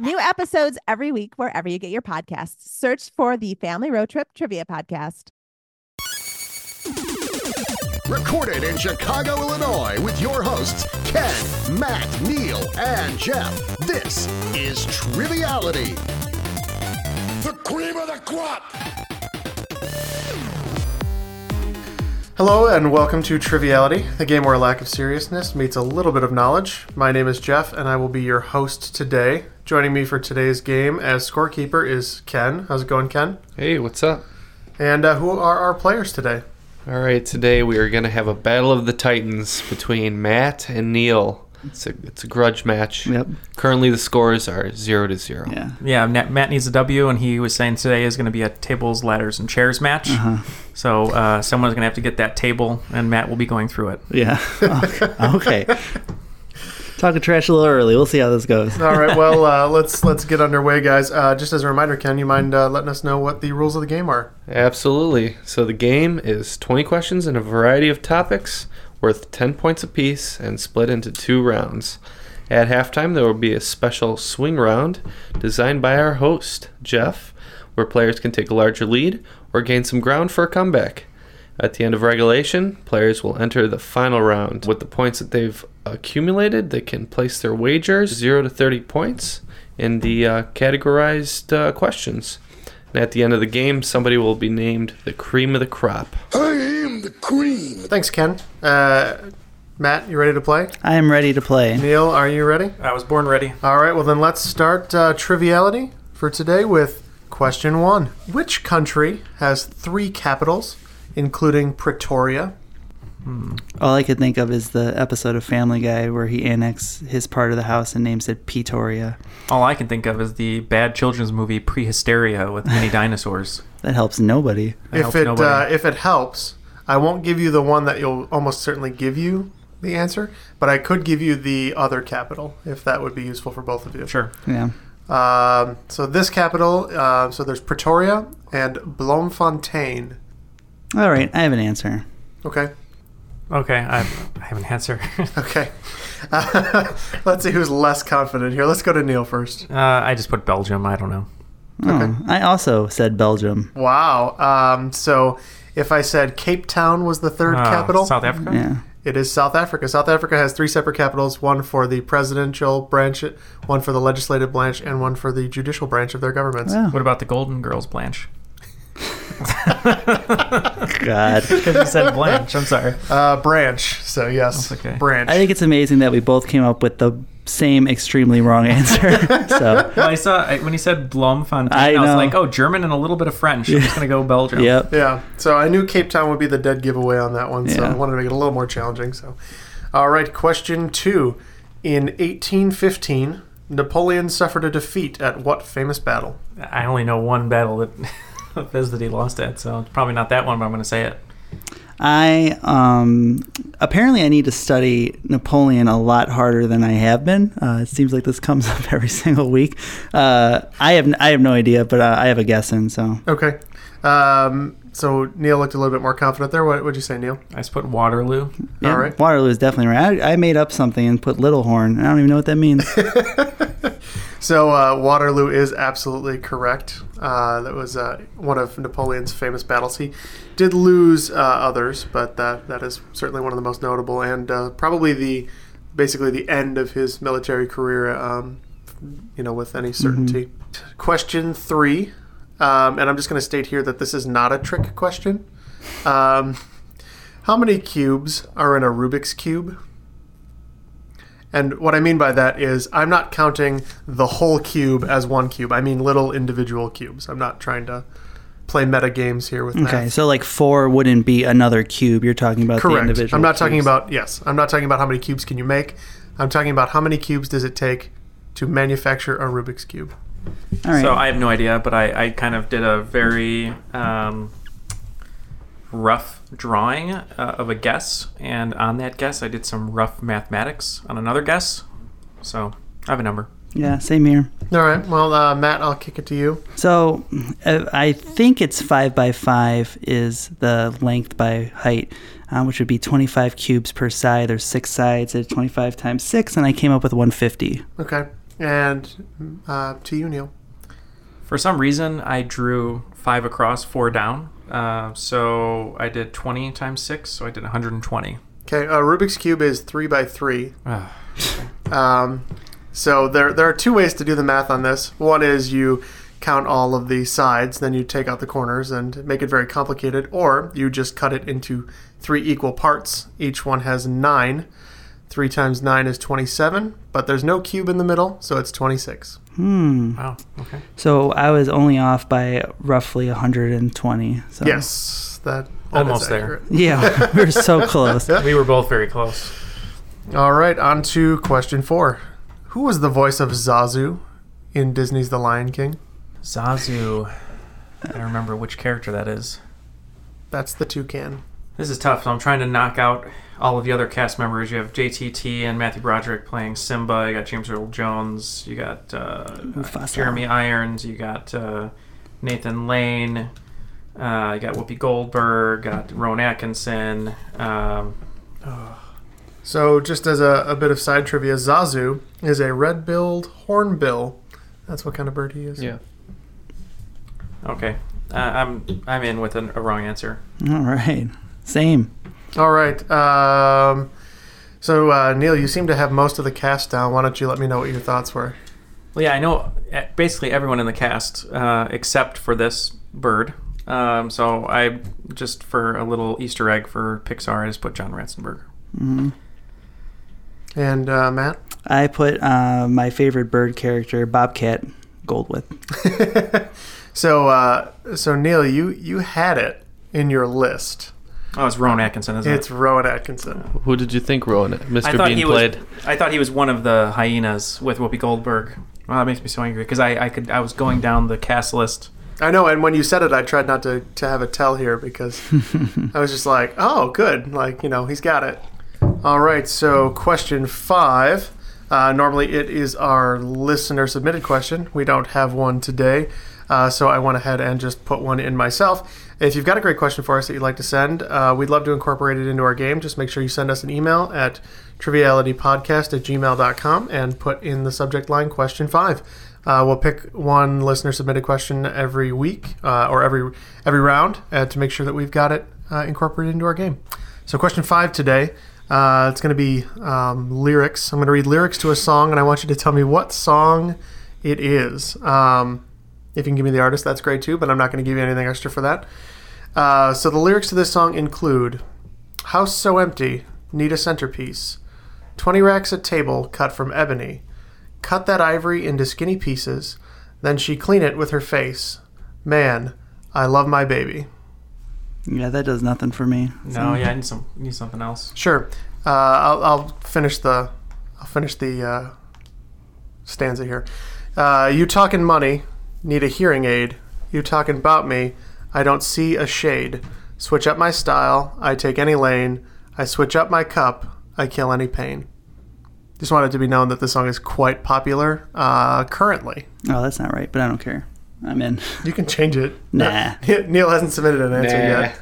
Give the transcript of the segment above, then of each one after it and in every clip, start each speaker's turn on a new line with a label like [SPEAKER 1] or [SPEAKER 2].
[SPEAKER 1] New episodes every week wherever you get your podcasts. Search for the Family Road Trip Trivia Podcast.
[SPEAKER 2] Recorded in Chicago, Illinois, with your hosts, Ken, Matt, Neil, and Jeff. This is Triviality. The cream of the crop!
[SPEAKER 3] Hello and welcome to Triviality, the game where a lack of seriousness meets a little bit of knowledge. My name is Jeff and I will be your host today. Joining me for today's game as scorekeeper is Ken. How's it going, Ken?
[SPEAKER 4] Hey, what's up?
[SPEAKER 3] And uh, who are our players today?
[SPEAKER 4] All right, today we are going to have a battle of the titans between Matt and Neil. It's a it's a grudge match.
[SPEAKER 5] Yep.
[SPEAKER 4] Currently, the scores are zero to zero.
[SPEAKER 5] Yeah.
[SPEAKER 6] Yeah, Na- Um, Matt needs a W, and he was saying today is going to be a tables, ladders, and chairs match.
[SPEAKER 5] Uh-huh.
[SPEAKER 6] So uh, someone's going to have to get that table, and Matt will be going through it.
[SPEAKER 5] Yeah. okay. Talking trash a little early. We'll see how this goes.
[SPEAKER 3] All right, well uh, let's let's get underway, guys. Uh, just as a reminder, Ken, you mind uh, letting us know what the rules of the game are?
[SPEAKER 4] Absolutely. So the game is 20 questions in a variety of topics worth 10 points apiece and split into two rounds. At halftime, there will be a special swing round designed by our host, Jeff, where players can take a larger lead or gain some ground for a comeback. At the end of regulation, players will enter the final round. With the points that they've accumulated, they can place their wagers 0 to 30 points in the uh, categorized uh, questions. And at the end of the game, somebody will be named the cream of the crop.
[SPEAKER 2] I am the cream.
[SPEAKER 3] Thanks, Ken. Uh, Matt, you ready to play?
[SPEAKER 5] I am ready to play.
[SPEAKER 3] Neil, are you ready?
[SPEAKER 6] I was born ready.
[SPEAKER 3] All right, well, then let's start uh, triviality for today with question one. Which country has three capitals, including Pretoria?
[SPEAKER 5] All I could think of is the episode of Family Guy where he annexed his part of the house and names it Petoria.
[SPEAKER 6] All I can think of is the bad children's movie Prehysteria with mini dinosaurs.
[SPEAKER 5] That helps nobody.
[SPEAKER 3] if
[SPEAKER 6] helps
[SPEAKER 3] it
[SPEAKER 6] nobody.
[SPEAKER 3] uh, if it helps, I won't give you the one that you'll almost certainly give you the answer, but I could give you the other capital if that would be useful for both of you.
[SPEAKER 6] Sure.
[SPEAKER 5] Yeah.
[SPEAKER 3] Um, so this capital, uh, so there's Pretoria and Bloemfontein.
[SPEAKER 5] All right. I have an answer.
[SPEAKER 3] Okay.
[SPEAKER 6] Okay, I, I have an answer. uh,
[SPEAKER 3] Okay. let's see who's less confident here. Let's go to Neil first.
[SPEAKER 6] I just put Belgium. I don't know.
[SPEAKER 5] Oh, I also said Belgium.
[SPEAKER 3] Wow. Um, so if I said Cape Town was the third
[SPEAKER 6] Oh,
[SPEAKER 3] capital,
[SPEAKER 6] South Africa.
[SPEAKER 5] Yeah.
[SPEAKER 3] it is South Africa. South Africa has three separate capitals one for the presidential branch, one for the legislative branch, and one for the judicial branch of their governments.
[SPEAKER 5] Wow.
[SPEAKER 6] What about the Golden Girls, Blanche?
[SPEAKER 5] God.
[SPEAKER 6] Because you said Blanche. I'm sorry.
[SPEAKER 3] Uh, branch. So, yes.
[SPEAKER 6] That's okay.
[SPEAKER 3] Branch.
[SPEAKER 5] I think it's amazing that we both came up with the same extremely wrong answer. so,
[SPEAKER 6] Well, I saw I, when he said Bloemfontein, I,
[SPEAKER 5] I
[SPEAKER 6] was
[SPEAKER 5] know.
[SPEAKER 6] like, oh, German and a little bit of French. I'm just gonna go Belgium.
[SPEAKER 5] yep.
[SPEAKER 3] yeah. So I knew Cape Town would be the dead giveaway on that one. So
[SPEAKER 5] Yeah.
[SPEAKER 3] I wanted to make it a little more challenging. So, all right. Question two. In 1815, Napoleon suffered a defeat at what famous battle?
[SPEAKER 6] I only know one battle that says that he lost at, so it's probably not that one, but I'm gonna say it.
[SPEAKER 5] I um, apparently I need to study Napoleon a lot harder than I have been. Uh, it seems like this comes up every single week. Uh, I have I have no idea, but uh, I have a guess in. So
[SPEAKER 3] Okay. Um, so Neil looked a little bit more confident there. What would you say, Neil?
[SPEAKER 6] I just put Waterloo.
[SPEAKER 5] yeah,
[SPEAKER 3] All right.
[SPEAKER 5] Waterloo is definitely right. I, I made up something and put Little Horn. I don't even know what that means.
[SPEAKER 3] So uh, Waterloo is absolutely correct. Uh, that was uh, one of Napoleon's famous battles. He did lose uh, others, but that that is certainly one of the most notable and uh, probably the basically the end of his military career. Um, you know, with any certainty. Question three, um, and I'm just going to state here that this is not a trick question. Um, how many cubes are in a Rubik's cube? And what I mean by that is, I'm not counting the whole cube as one cube. I mean little individual cubes. I'm not trying to play meta games here with
[SPEAKER 5] Okay,
[SPEAKER 3] math.
[SPEAKER 5] so like four wouldn't be another cube. You're talking about the
[SPEAKER 3] Correct.
[SPEAKER 5] individual.
[SPEAKER 3] I'm not talking
[SPEAKER 5] cubes.
[SPEAKER 3] about yes. I'm not talking about how many cubes can you make. I'm talking about how many cubes does it take to manufacture a Rubik's cube.
[SPEAKER 5] All right.
[SPEAKER 6] So I have no idea, but I, I kind of did a very um, rough drawing uh, of a guess, and on that guess, I did some rough mathematics on another guess. So I have a number.
[SPEAKER 5] yeah, same here.
[SPEAKER 3] All right. Well, uh, Matt, I'll kick it to you.
[SPEAKER 5] So uh, I think it's five by five is the length by height, um, which would be 25 cubes per side. There's six sides at 25 times six, and I came up with 150.
[SPEAKER 3] Okay. And uh, to you, Neil.
[SPEAKER 6] For some reason, I drew five across, four down. Uh, so I did 20 times six, so I did 120.
[SPEAKER 3] Okay. A Rubik's cube is three by three. Um, so there there are two ways to do the math on this. One is you count all of the sides, then you take out the corners and make it very complicated, or you just cut it into three equal parts. Each one has nine. Three times nine is twenty-seven, but there's no cube in the middle, so it's twenty-six.
[SPEAKER 6] Oh. Wow. Okay.
[SPEAKER 5] So I was only off by roughly 120. So.
[SPEAKER 3] Yes, that, that is
[SPEAKER 6] Almost there.
[SPEAKER 3] accurate.
[SPEAKER 5] Yeah, we were so close.
[SPEAKER 6] We were both very close.
[SPEAKER 3] All right, on to question four. Who was the voice of Zazu in Disney's The Lion King?
[SPEAKER 6] Zazu. I don't remember which character that is.
[SPEAKER 3] That's the toucan.
[SPEAKER 6] This is tough. So I'm trying to knock out all of the other cast members. You have JTT and Matthew Broderick playing Simba. You got James Earl Jones. You got uh,
[SPEAKER 5] Mufasa.
[SPEAKER 6] Jeremy Irons. You got uh, Nathan Lane. Uh, you got Whoopi Goldberg. Got Rowan Atkinson. Um,
[SPEAKER 3] So, just as a, a bit of side trivia, Zazu is a red billed hornbill. That's what kind of bird he is.
[SPEAKER 4] Yeah.
[SPEAKER 6] okay, uh, I'm I'm in with an, a wrong answer.
[SPEAKER 5] All right. Same.
[SPEAKER 3] All right. Um, so, uh, Neil, you seem to have most of the cast down. Why don't you let me know what your thoughts were?
[SPEAKER 6] Well, yeah, I know uh, basically everyone in the cast uh, except for this bird. Um, so I just for a little Easter egg for Pixar, I just put John Ratzenberger.
[SPEAKER 3] And uh, Matt?
[SPEAKER 5] I put uh, my favorite bird character, Bobcat Goldwith.
[SPEAKER 3] So, uh, so Neil, you, you had it in your list.
[SPEAKER 6] Oh, it's Rowan Atkinson, isn't
[SPEAKER 3] It's
[SPEAKER 6] it?
[SPEAKER 3] Rowan Atkinson.
[SPEAKER 4] Who did you think Rowan? Mr.
[SPEAKER 6] I thought
[SPEAKER 4] Bean
[SPEAKER 6] he
[SPEAKER 4] played.
[SPEAKER 6] was. I thought he was one of the hyenas with Whoopi Goldberg. Wow, that makes me so angry because I, I could I was going down the cast list.
[SPEAKER 3] I know, and when you said it, I tried not to, to have a tell here because I was just like, oh, good. Like, you know, he's got it. All right, so question five. Uh, normally, it is our listener submitted question. We don't have one today, uh, so I went ahead and just put one in myself. If you've got a great question for us that you'd like to send, uh, we'd love to incorporate it into our game. Just make sure you send us an email at trivialitypodcast at gmail.com and put in the subject line question five. Uh, we'll pick one listener submitted question every week uh, or every every round uh, to make sure that we've got it uh, incorporated into our game. So, question five today, uh, it's going to be um, lyrics. I'm going to read lyrics to a song, and I want you to tell me what song it is. Um, if you can give me the artist, that's great too, but I'm not going to give you anything extra for that. Uh, so, the lyrics to this song include House so empty, need a centerpiece. 20 racks a table cut from ebony. Cut that ivory into skinny pieces. Then she clean it with her face. Man, I love my baby.
[SPEAKER 5] Yeah, that does nothing for me.
[SPEAKER 6] No, yeah, I need some need something else.
[SPEAKER 3] Sure. Uh, I'll, I'll finish the I'll finish the uh, stanza here. Uh, you talking money? Need a hearing aid? You talking about me? I don't see a shade. Switch up my style. I take any lane. I switch up my cup. I kill any pain. Just wanted to be known that this song is quite popular uh, currently.
[SPEAKER 5] Oh, that's not right, but I don't care. I'm in.
[SPEAKER 3] You can change it.
[SPEAKER 5] Nah.
[SPEAKER 3] Neil hasn't submitted an answer
[SPEAKER 4] Nah.
[SPEAKER 3] yet.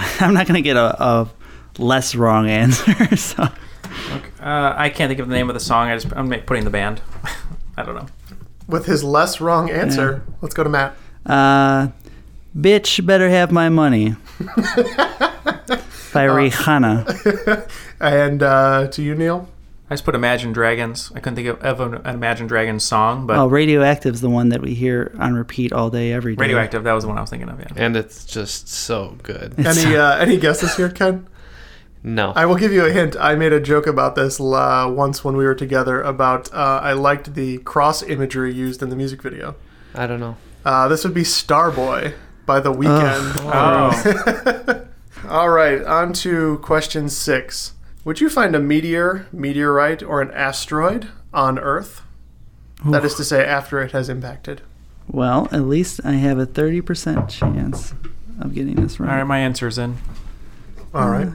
[SPEAKER 5] Nah, I'm not going to get a, a less wrong answer. So.
[SPEAKER 6] Uh, I can't think of the name of the song. I just I'm ma- putting the band. I don't know.
[SPEAKER 3] With his less wrong answer, let's go to Matt.
[SPEAKER 5] Uh, bitch, better have my money. By Rihanna.
[SPEAKER 3] And uh, to you, Neil.
[SPEAKER 6] I just put Imagine Dragons. I couldn't think of, of an an Imagine Dragons song, but
[SPEAKER 5] Well, Oh, radioactive's the one that we hear on repeat all day, every day.
[SPEAKER 6] Radioactive. That was the one I was thinking of. Yeah.
[SPEAKER 4] And it's just so good.
[SPEAKER 3] Any uh, any guesses here, Ken?
[SPEAKER 4] No.
[SPEAKER 3] I will give you a hint. I made a joke about this uh, once when we were together about uh, I liked the cross imagery used in the music video.
[SPEAKER 4] I don't know.
[SPEAKER 3] Uh, this would be Starboy by The Weeknd.
[SPEAKER 6] Oh,
[SPEAKER 3] All right, on to question six. Would you find a meteor, meteorite, or an asteroid on Earth? That is to say, after it has impacted.
[SPEAKER 5] Well, at least I have a 30% chance of getting this
[SPEAKER 6] all
[SPEAKER 5] right.
[SPEAKER 6] right. My answer's in.
[SPEAKER 3] All right.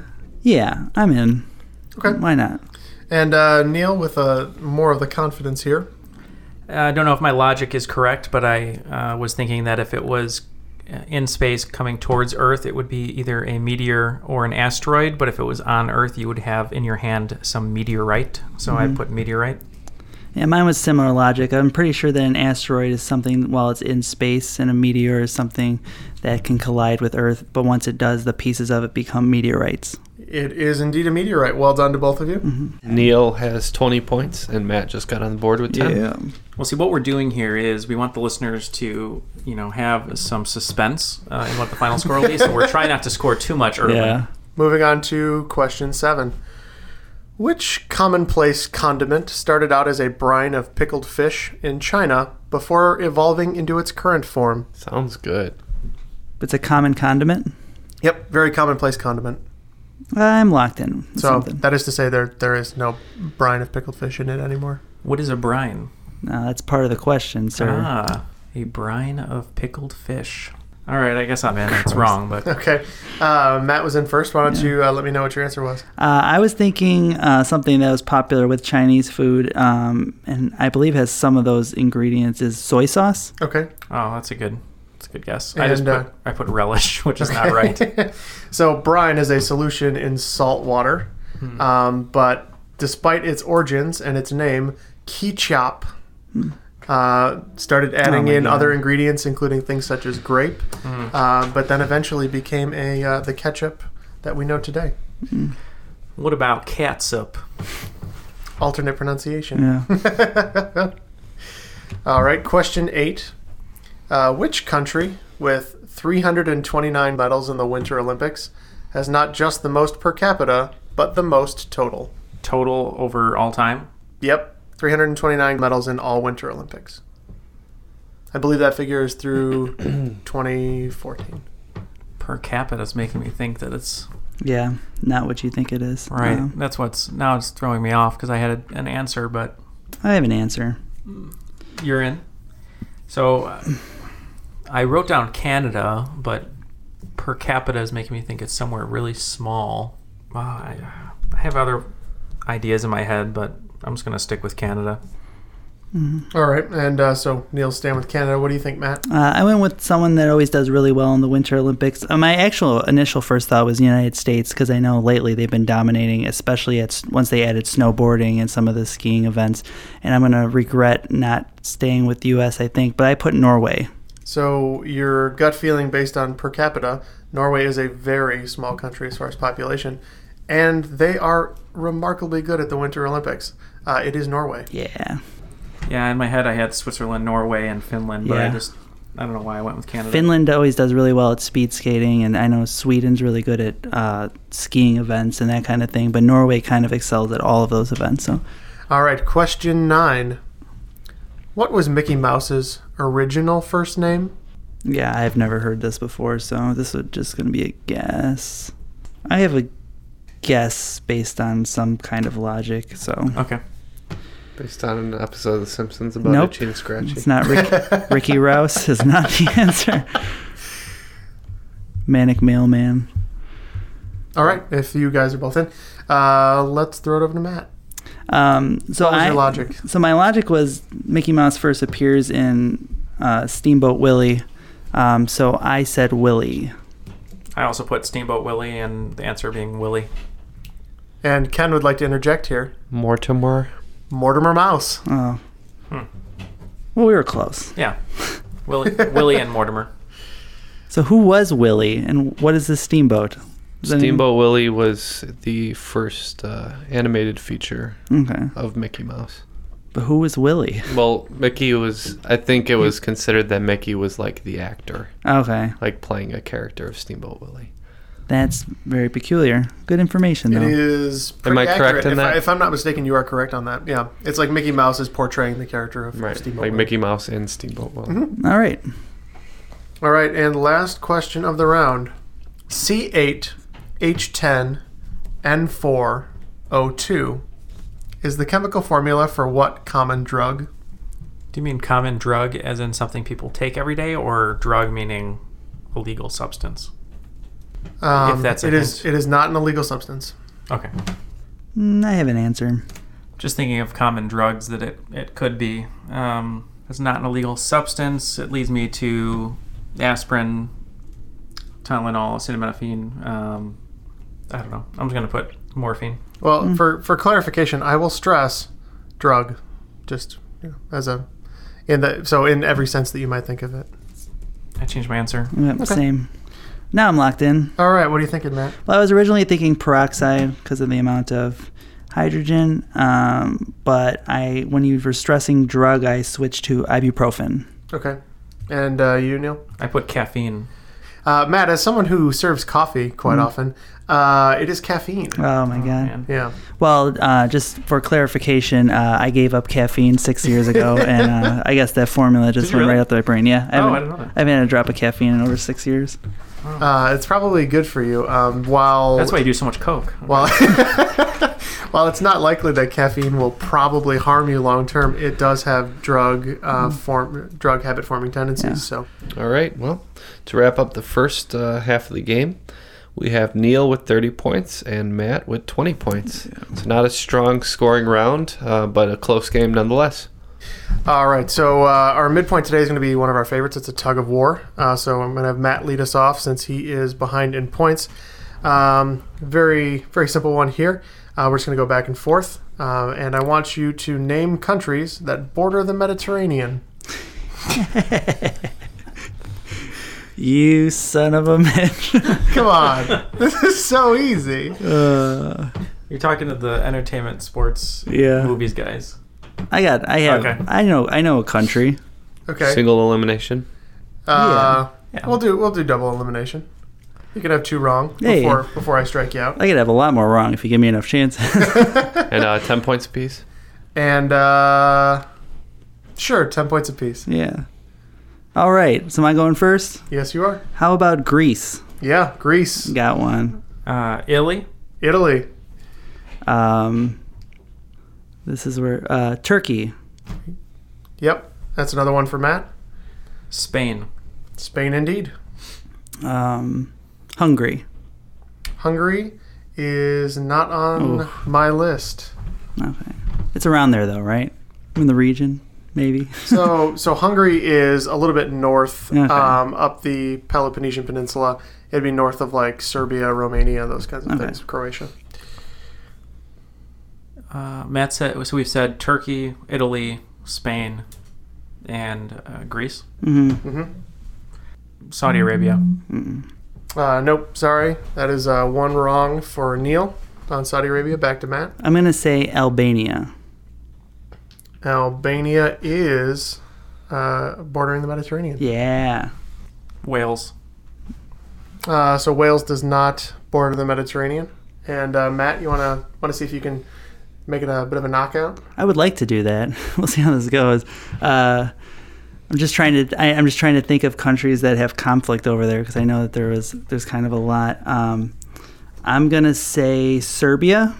[SPEAKER 5] Yeah, I'm in.
[SPEAKER 3] Okay.
[SPEAKER 5] Why not?
[SPEAKER 3] And uh, Neil, with uh, more of the confidence here.
[SPEAKER 6] I don't know if my logic is correct, but I uh, was thinking that if it was uh, in space coming towards Earth, it would be either a meteor or an asteroid. But if it was on Earth, you would have in your hand some meteorite. So I put meteorite.
[SPEAKER 5] Yeah, mine was similar logic. I'm pretty sure that an asteroid is something while it's in space, and a meteor is something that can collide with Earth. But once it does, the pieces of it become meteorites.
[SPEAKER 3] It is indeed a meteorite. Well done to both of you.
[SPEAKER 4] Neil has 20 points, and Matt just got on the board with 10.
[SPEAKER 6] Well, see, what we're doing here is we want the listeners to, you know, have some suspense uh, in what the final score will be. So we're trying not to score too much early.
[SPEAKER 5] Yeah.
[SPEAKER 3] Moving on to question seven. Which commonplace condiment started out as a brine of pickled fish in China before evolving into its current form?
[SPEAKER 4] Sounds good.
[SPEAKER 5] It's a common condiment.
[SPEAKER 3] Yep, very commonplace condiment.
[SPEAKER 5] I'm locked in. with
[SPEAKER 3] So
[SPEAKER 5] something.
[SPEAKER 3] that is to say, there there is no brine of pickled fish in it anymore.
[SPEAKER 6] What is a brine?
[SPEAKER 5] No, that's part of the question, sir.
[SPEAKER 6] Ah, a brine of pickled fish. All right, I guess I'm in. It's wrong, but
[SPEAKER 3] Okay, uh, Matt was in first. Why don't you uh, let me know what your answer was?
[SPEAKER 5] Uh, I was thinking uh, something that was popular with Chinese food, um, and I believe has some of those ingredients is soy sauce.
[SPEAKER 3] Okay,
[SPEAKER 6] Oh, that's a good, that's a good guess. I just
[SPEAKER 3] And, uh,
[SPEAKER 6] put, I put relish, which is not right.
[SPEAKER 3] so brine is a solution in salt water,
[SPEAKER 6] Hmm.
[SPEAKER 3] um, but despite its origins and its name, Kichop uh, started
[SPEAKER 6] Oh
[SPEAKER 3] adding
[SPEAKER 5] my
[SPEAKER 3] in
[SPEAKER 5] God.
[SPEAKER 3] other ingredients, including things such as grape,
[SPEAKER 6] Mm.
[SPEAKER 3] uh, but then eventually became a uh, the ketchup that we know today.
[SPEAKER 6] Mm. What about catsup?
[SPEAKER 3] Alternate pronunciation.
[SPEAKER 5] Yeah.
[SPEAKER 3] All right, question eight. Uh, which country with 329 medals in the Winter Olympics has not just the most per capita, but the most total?
[SPEAKER 6] Total over all time.
[SPEAKER 3] Yep, 329 medals in all Winter Olympics. I believe that figure is through 2014.
[SPEAKER 6] Per capita is making me think that it's
[SPEAKER 5] yeah, not what you think it is. Uh,
[SPEAKER 6] right.
[SPEAKER 5] No.
[SPEAKER 6] That's what's now it's throwing me off because I had a, an answer, but
[SPEAKER 5] I have an answer.
[SPEAKER 6] you're in. So uh, I wrote down Canada, but per capita is making me think it's somewhere really small. Uh, I, I have other ideas in my head, but I'm just gonna stick with Canada.
[SPEAKER 3] All right, and uh, so Neil's staying with Canada. What do you think, Matt?
[SPEAKER 5] Uh, I went with someone that always does really well in the Winter Olympics. Uh, my actual initial first thought was the United States because I know lately they've been dominating, especially at s- once they added snowboarding and some of the skiing events. And I'm gonna regret not staying with U.S. I think, but I put Norway.
[SPEAKER 3] So your gut feeling based on per capita, Norway is a very small country as far as population, and they are remarkably good at the Winter Olympics. Uh, it is Norway.
[SPEAKER 5] Yeah,
[SPEAKER 6] Yeah, in my head I had Switzerland, Norway, and Finland, but I
[SPEAKER 5] Yeah.
[SPEAKER 6] just I don't know why I went with Canada.
[SPEAKER 5] Finland always does really well at speed skating, and I know Sweden's really good at uh, skiing events and that kind of thing. But Norway kind of excels at all of those events. So
[SPEAKER 3] All right, question nine. What was Mickey Mouse's original first name?
[SPEAKER 5] yeah, I've never heard this before, so this is just gonna be a guess. I have a guess based on some kind of logic, so
[SPEAKER 6] Okay.
[SPEAKER 4] Based on an episode of The Simpsons about
[SPEAKER 5] Nope.
[SPEAKER 4] itchy and scratchy.
[SPEAKER 5] it's not Rick, Ricky Rouse is not the answer. Manic Mailman.
[SPEAKER 3] All right, if you guys are both in, uh, let's throw it over to Matt.
[SPEAKER 5] Um, so
[SPEAKER 3] What was
[SPEAKER 5] I,
[SPEAKER 3] your logic?
[SPEAKER 5] So my logic was Mickey Mouse first appears in uh, Steamboat Willie, um, so I said Willie.
[SPEAKER 6] I also put Steamboat Willie, and the answer being Willie.
[SPEAKER 3] And Ken would like to interject here.
[SPEAKER 4] Mortimer.
[SPEAKER 3] Mortimer Mouse.
[SPEAKER 5] Oh. Well, we were close.
[SPEAKER 6] Yeah, Willie, Willie and Mortimer.
[SPEAKER 5] So who was Willie, and what is the Steamboat? Is that
[SPEAKER 4] Steamboat Willie was the first uh, animated feature
[SPEAKER 5] any- Okay.
[SPEAKER 4] of Mickey Mouse.
[SPEAKER 5] But who was Willie?
[SPEAKER 4] Well, Mickey was. I think it was considered that Mickey was like the actor,
[SPEAKER 5] Okay.
[SPEAKER 4] like playing a character of Steamboat Willie.
[SPEAKER 5] That's very peculiar. Good information,
[SPEAKER 3] It
[SPEAKER 5] though.
[SPEAKER 3] is. Pretty
[SPEAKER 4] I correct
[SPEAKER 3] accurate.
[SPEAKER 4] in
[SPEAKER 3] if
[SPEAKER 4] that?
[SPEAKER 3] I, if I'm not mistaken, you are correct on that. Yeah, it's like Mickey Mouse is portraying the character of
[SPEAKER 4] Right,
[SPEAKER 3] Steamboat.
[SPEAKER 4] like
[SPEAKER 3] Willie. Mm-hmm.
[SPEAKER 4] Mickey Mouse and Steamboat Willie.
[SPEAKER 5] All right.
[SPEAKER 3] All right, and last question of the round: C8, H10, N4, O2 is the chemical formula for what common drug?
[SPEAKER 6] Do you mean common drug as in something people take every day, or drug meaning illegal substance?
[SPEAKER 3] Um,
[SPEAKER 6] that's a
[SPEAKER 3] it is-
[SPEAKER 6] hint.
[SPEAKER 3] it is not an illegal substance.
[SPEAKER 6] Okay.
[SPEAKER 5] Mm, I have an answer.
[SPEAKER 6] Just thinking of common drugs that it, it could be. Um, it's not an illegal substance. It leads me to aspirin, Tylenol, acetaminophen. Um, I don't know. I'm just going to put morphine.
[SPEAKER 3] Well, for for clarification, I will stress drug, just you know, as a in the so in every sense that you might think of it.
[SPEAKER 6] I changed my answer.
[SPEAKER 5] Yep, Same. Now I'm locked in.
[SPEAKER 3] All right, what are you thinking, Matt?
[SPEAKER 5] Well, I was originally thinking peroxide because of the amount of hydrogen, um, but I when you were stressing drug, I switched to ibuprofen.
[SPEAKER 3] Okay, and uh, you, Neil.
[SPEAKER 6] I put caffeine.
[SPEAKER 3] Uh, Matt, as someone who serves coffee quite often, uh, it is caffeine.
[SPEAKER 5] Oh my god!
[SPEAKER 6] man.
[SPEAKER 3] Yeah.
[SPEAKER 5] Well, uh, just for clarification, uh, I gave up caffeine six years ago, and uh, I guess that formula just
[SPEAKER 6] you
[SPEAKER 5] went
[SPEAKER 6] really?
[SPEAKER 5] right out my brain. Yeah, I
[SPEAKER 6] Oh,
[SPEAKER 5] haven't,
[SPEAKER 6] I didn't know that.
[SPEAKER 5] I haven't had a drop of caffeine in over six years.
[SPEAKER 3] Uh, it's probably good for you. Um, while
[SPEAKER 6] That's why you do so much coke.
[SPEAKER 3] while while it's not likely that caffeine will probably harm you long term, it does have drug uh, form drug habit forming tendencies. So
[SPEAKER 4] All right. Well, to wrap up the first uh, half of the game, we have Neil with 30 points and Matt with 20 points. So not a strong scoring round, uh, but a close game nonetheless.
[SPEAKER 3] All right, so uh, our midpoint today is going to be one of our favorites. It's a tug of war. Uh, so I'm going to have Matt lead us off since he is behind in points. Um, very, very simple one here. Uh, we're just going to go back and forth. Uh, and I want you to name countries that border the Mediterranean.
[SPEAKER 5] You son of a bitch!
[SPEAKER 3] Come on. this is so easy.
[SPEAKER 5] uh,
[SPEAKER 6] You're talking to the entertainment, sports,
[SPEAKER 5] Yeah.
[SPEAKER 6] movies guys.
[SPEAKER 5] I got. I have.
[SPEAKER 6] Okay.
[SPEAKER 5] I know. I know a country.
[SPEAKER 3] Okay.
[SPEAKER 4] Single elimination.
[SPEAKER 3] Uh,
[SPEAKER 6] Yeah.
[SPEAKER 3] We'll do we'll do double elimination. You can have two wrong
[SPEAKER 5] Hey.
[SPEAKER 3] before before I strike you out.
[SPEAKER 5] I could have a lot more wrong if you give me enough chances.
[SPEAKER 4] And uh, 10 points apiece.
[SPEAKER 3] And uh, sure, ten points apiece.
[SPEAKER 5] yeah. All right. So am I going first?
[SPEAKER 3] Yes, you are.
[SPEAKER 5] How about Greece?
[SPEAKER 3] Yeah, Greece,
[SPEAKER 5] Got one.
[SPEAKER 6] Uh, Italy,
[SPEAKER 3] Italy.
[SPEAKER 5] Um, this is where uh, Turkey.
[SPEAKER 3] Yep, that's another one for Matt.
[SPEAKER 6] Spain,
[SPEAKER 3] Spain, indeed.
[SPEAKER 5] Um, Hungary.
[SPEAKER 3] Hungary is not on
[SPEAKER 5] Oof.
[SPEAKER 3] my list.
[SPEAKER 5] Okay. It's around there though, right? In the region, maybe.
[SPEAKER 3] So, so Hungary is a little bit north,
[SPEAKER 5] Okay.
[SPEAKER 3] um, up the Peloponnesian Peninsula. It'd be north of like Serbia, Romania, those kinds of
[SPEAKER 5] Okay.
[SPEAKER 3] things. Croatia.
[SPEAKER 6] Uh, Matt said, so we've said Turkey, Italy, Spain, and uh, Greece.
[SPEAKER 5] hmm
[SPEAKER 4] Mm-hmm.
[SPEAKER 6] Saudi Arabia.
[SPEAKER 3] Uh, nope, sorry. That is uh, one wrong for Neil on Saudi Arabia. Back to Matt.
[SPEAKER 5] I'm gonna say Albania.
[SPEAKER 3] Albania is uh, bordering the Mediterranean.
[SPEAKER 5] Yeah.
[SPEAKER 6] Wales.
[SPEAKER 3] Uh, so Wales does not border the Mediterranean. And uh, Matt, you wanna wanna see if you can make it a bit of a knockout?
[SPEAKER 5] I would like to do that. we'll see how this goes. Uh, I'm just trying to. I, I'm just trying to think of countries that have conflict over there because I know that there was. There's kind of a lot. Um, I'm gonna say Serbia.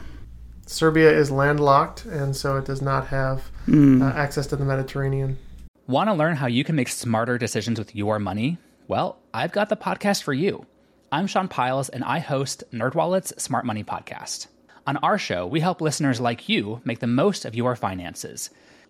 [SPEAKER 3] Serbia is landlocked, and so it does not have
[SPEAKER 6] Hmm.
[SPEAKER 3] uh, access to the Mediterranean.
[SPEAKER 7] Want to learn how you can make smarter decisions with your money? Well, I've got the podcast for you. I'm Sean Piles and I host NerdWallet's Smart Money Podcast. On our show, we help listeners like you make the most of your finances.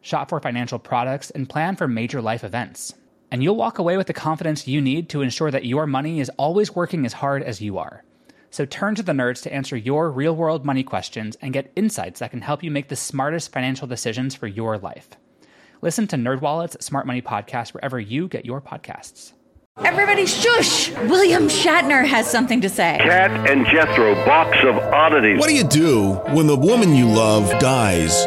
[SPEAKER 7] shop for financial products, and plan for major life events. And you'll walk away with the confidence you need to ensure that your money is always working as hard as you are. So turn to the nerds to answer your real world money questions and get insights that can help you make the smartest financial decisions for your life. Listen to NerdWallet's Smart Money Podcast wherever you get your podcasts.
[SPEAKER 8] Everybody shush! William Shatner has something to say.
[SPEAKER 9] Cat and Jethro, box of oddities.
[SPEAKER 10] What do you do when the woman you love dies?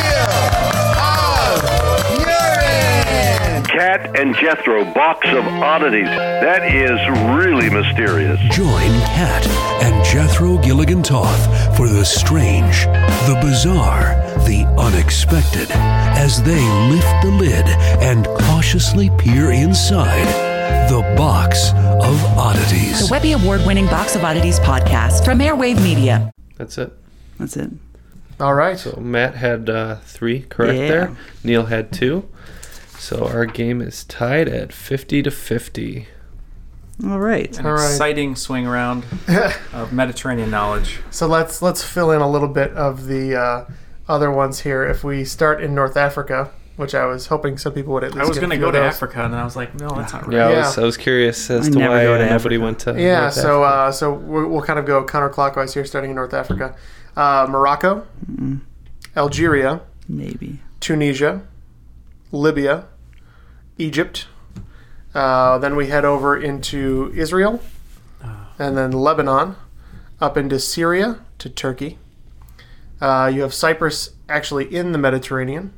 [SPEAKER 9] Cat and Jethro Box of Oddities. That is really mysterious.
[SPEAKER 11] Join Kat and Jethro Gilligan Toth for the strange, the bizarre, the unexpected as they lift the lid and cautiously peer inside the Box of Oddities.
[SPEAKER 8] The Webby Award winning Box of Oddities podcast from Airwave Media.
[SPEAKER 4] That's it.
[SPEAKER 5] That's it.
[SPEAKER 3] All right.
[SPEAKER 4] So Matt had uh, three correct
[SPEAKER 5] Yeah.
[SPEAKER 4] there. Neil had two. So our game is tied at 50 to 50.
[SPEAKER 5] All right.
[SPEAKER 6] An exciting swing round of Mediterranean knowledge.
[SPEAKER 3] So let's let's fill in a little bit of the uh, other ones here. If we start in North Africa, which I was hoping some people would at least.
[SPEAKER 6] I was
[SPEAKER 3] going
[SPEAKER 6] gonna go to Africa, and I was like, no, that's not right.
[SPEAKER 4] Yeah, I, was, I was curious as
[SPEAKER 5] I
[SPEAKER 4] to
[SPEAKER 5] never
[SPEAKER 4] why
[SPEAKER 5] go to
[SPEAKER 4] uh, nobody
[SPEAKER 5] Africa.
[SPEAKER 4] went to.
[SPEAKER 3] Yeah,
[SPEAKER 4] North
[SPEAKER 3] so uh, so we'll we'll kind of go counterclockwise here, starting in North Africa, uh, Morocco,
[SPEAKER 4] Mm-hmm.
[SPEAKER 3] Algeria,
[SPEAKER 5] Maybe.
[SPEAKER 3] Tunisia, Libya, Egypt. Uh, then we head over into Israel, and then Lebanon, up into Syria to Turkey. Uh, you have Cyprus actually in the Mediterranean.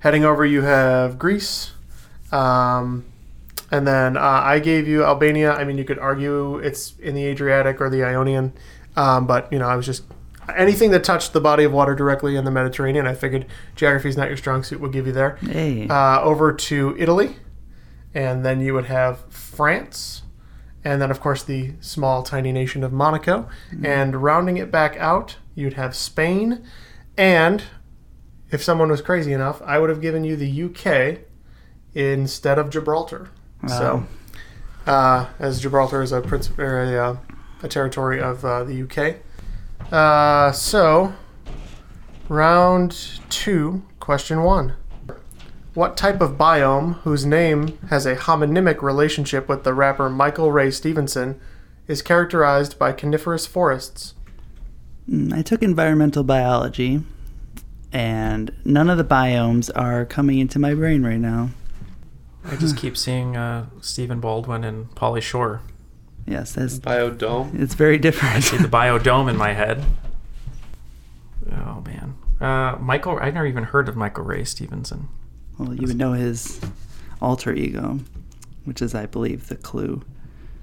[SPEAKER 3] Heading over, you have Greece. Um, and then uh, I gave you Albania. I mean, you could argue it's in the Adriatic or the Ionian, um, but you know, I was just anything that touched the body of water directly in the Mediterranean. I figured geography is not your strong suit. We'll give you there.
[SPEAKER 5] Hey.
[SPEAKER 3] Uh, over to Italy, and then you would have France, and then of course the small, tiny nation of Monaco, and rounding it back out, you'd have Spain, and if someone was crazy enough, I would have given you the UK instead of Gibraltar. So, uh, as Gibraltar is a princip- or a, uh, a territory of uh, the UK. Uh, so, round two, question one. What type of biome, whose name has a homonymic relationship with the rapper Michael Ray Stevenson, is characterized by coniferous forests?
[SPEAKER 5] Mm, I took environmental biology, and none of the biomes are coming into my brain right now.
[SPEAKER 6] I just keep seeing uh, Stephen Baldwin and Polly Shore.
[SPEAKER 5] Yes, that's
[SPEAKER 4] Biodome.
[SPEAKER 5] it's very different.
[SPEAKER 6] See the biodome in my head. Oh man, uh, Michael! I never even heard of Michael Ray Stevenson.
[SPEAKER 5] well, you would know his alter ego, which is, I believe, the clue.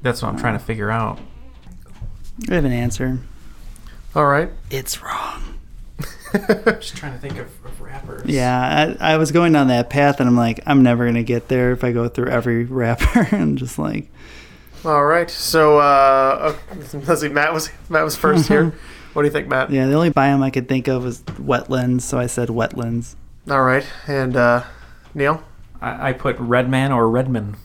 [SPEAKER 6] That's what I'm trying to figure out.
[SPEAKER 5] I have an answer.
[SPEAKER 3] All right.
[SPEAKER 5] It's wrong.
[SPEAKER 6] I'm just trying to think of, of rappers.
[SPEAKER 5] Yeah, I, I was going down that path, and I'm like, I'm never gonna get there if I go through every rapper. and just like,
[SPEAKER 3] All right. So, uh, oh, let's see. Matt was Matt was first here. What do you think, Matt?
[SPEAKER 5] yeah, the only biome I could think of was wetlands, so I said wetlands.
[SPEAKER 3] All right. And uh, Neil.
[SPEAKER 6] I, I put Redman or Redman.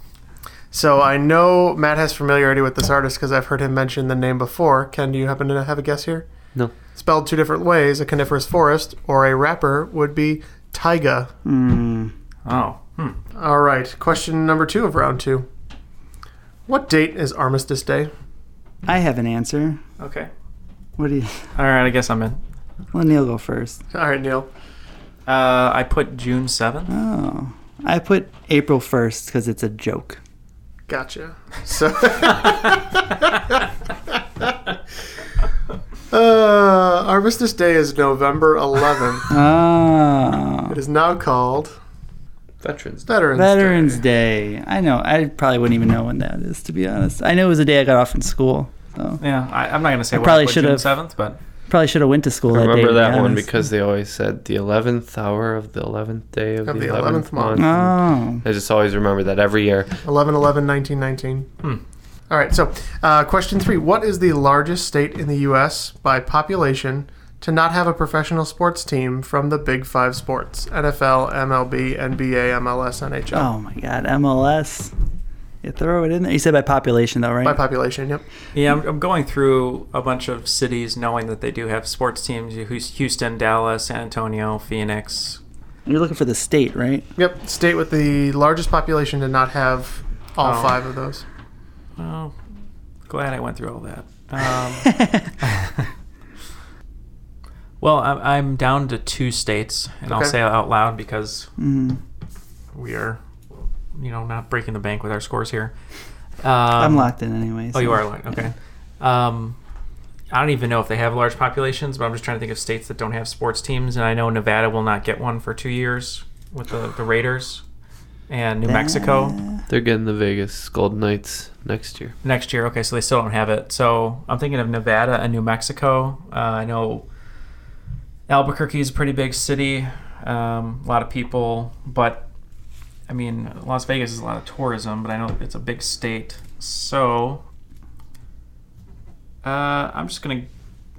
[SPEAKER 3] So I know Matt has familiarity with this artist because I've heard him mention the name before. Ken, do you happen to have a guess here?
[SPEAKER 4] No.
[SPEAKER 3] Spelled two different ways, a coniferous forest or a rapper would be taiga.
[SPEAKER 6] Oh, hmm.
[SPEAKER 3] All right. Question number two of round two. What date is Armistice Day?
[SPEAKER 5] I have an answer.
[SPEAKER 6] okay.
[SPEAKER 5] What do you?
[SPEAKER 6] All right, I guess I'm in.
[SPEAKER 5] Well, Neil go first.
[SPEAKER 3] All right, Neil.
[SPEAKER 6] Uh, I put June seventh.
[SPEAKER 5] Oh, I put April first because it's a joke.
[SPEAKER 3] Gotcha. So. uh, Armistice Day is November 11th.
[SPEAKER 5] Oh,
[SPEAKER 3] It is now called
[SPEAKER 4] Veterans.
[SPEAKER 3] Veterans
[SPEAKER 5] Veterans
[SPEAKER 3] Day.
[SPEAKER 5] Day. I know. I probably wouldn't even know when that is, to be honest. I know it was the day I got off from school. So
[SPEAKER 6] Yeah, I, I'm not gonna say what I
[SPEAKER 5] probably
[SPEAKER 6] put
[SPEAKER 5] should
[SPEAKER 6] June
[SPEAKER 5] have-
[SPEAKER 6] seventh, but
[SPEAKER 5] Probably should have went to school. that
[SPEAKER 4] I
[SPEAKER 5] day,
[SPEAKER 4] remember
[SPEAKER 5] to be
[SPEAKER 4] that one
[SPEAKER 5] honest.
[SPEAKER 4] because they always said the eleventh hour of the eleventh day of,
[SPEAKER 3] Of
[SPEAKER 4] the
[SPEAKER 3] the
[SPEAKER 4] eleventh
[SPEAKER 3] 11th month.
[SPEAKER 4] month.
[SPEAKER 5] Oh.
[SPEAKER 4] I just always remember that every year.
[SPEAKER 3] 11 11 19 19 all right so uh, question three what is the largest state in the us by population to not have a professional sports team from the big five sports nfl mlb nba mls nhl
[SPEAKER 5] Oh my God, MLS. You throw it in there. You said by population though, right?
[SPEAKER 3] by population yep
[SPEAKER 6] Yeah, I'm, I'm going through a bunch of cities knowing that they do have sports teams Hous- Houston, Dallas, San Antonio, Phoenix.
[SPEAKER 5] You're looking for the state, right?
[SPEAKER 3] yep state with the largest population to not have all
[SPEAKER 6] Oh.
[SPEAKER 3] five of those
[SPEAKER 6] Oh, glad I went through all that. Um, well, I'm, I'm down to two states, and I'll
[SPEAKER 3] Okay.
[SPEAKER 6] say it out loud because
[SPEAKER 5] Mhm.
[SPEAKER 6] we are, you know, not breaking the bank with our scores here. Um,
[SPEAKER 5] I'm locked in anyway,
[SPEAKER 6] Oh, you
[SPEAKER 5] so-
[SPEAKER 6] are locked. Okay. Um, I don't even know if they have large populations, but I'm just trying to think of states that don't have sports teams, and I know Nevada will not get one for two years with the, the Raiders, and New Mexico
[SPEAKER 4] They're getting the Vegas Golden Knights next year.
[SPEAKER 6] next year. Okay, so they still don't have it. So I'm thinking of Nevada and New Mexico. Uh, I know Albuquerque is a pretty big city, um, a lot of people, but I mean, Las Vegas is a lot of tourism, but I know it's a big state. So uh, I'm just going to.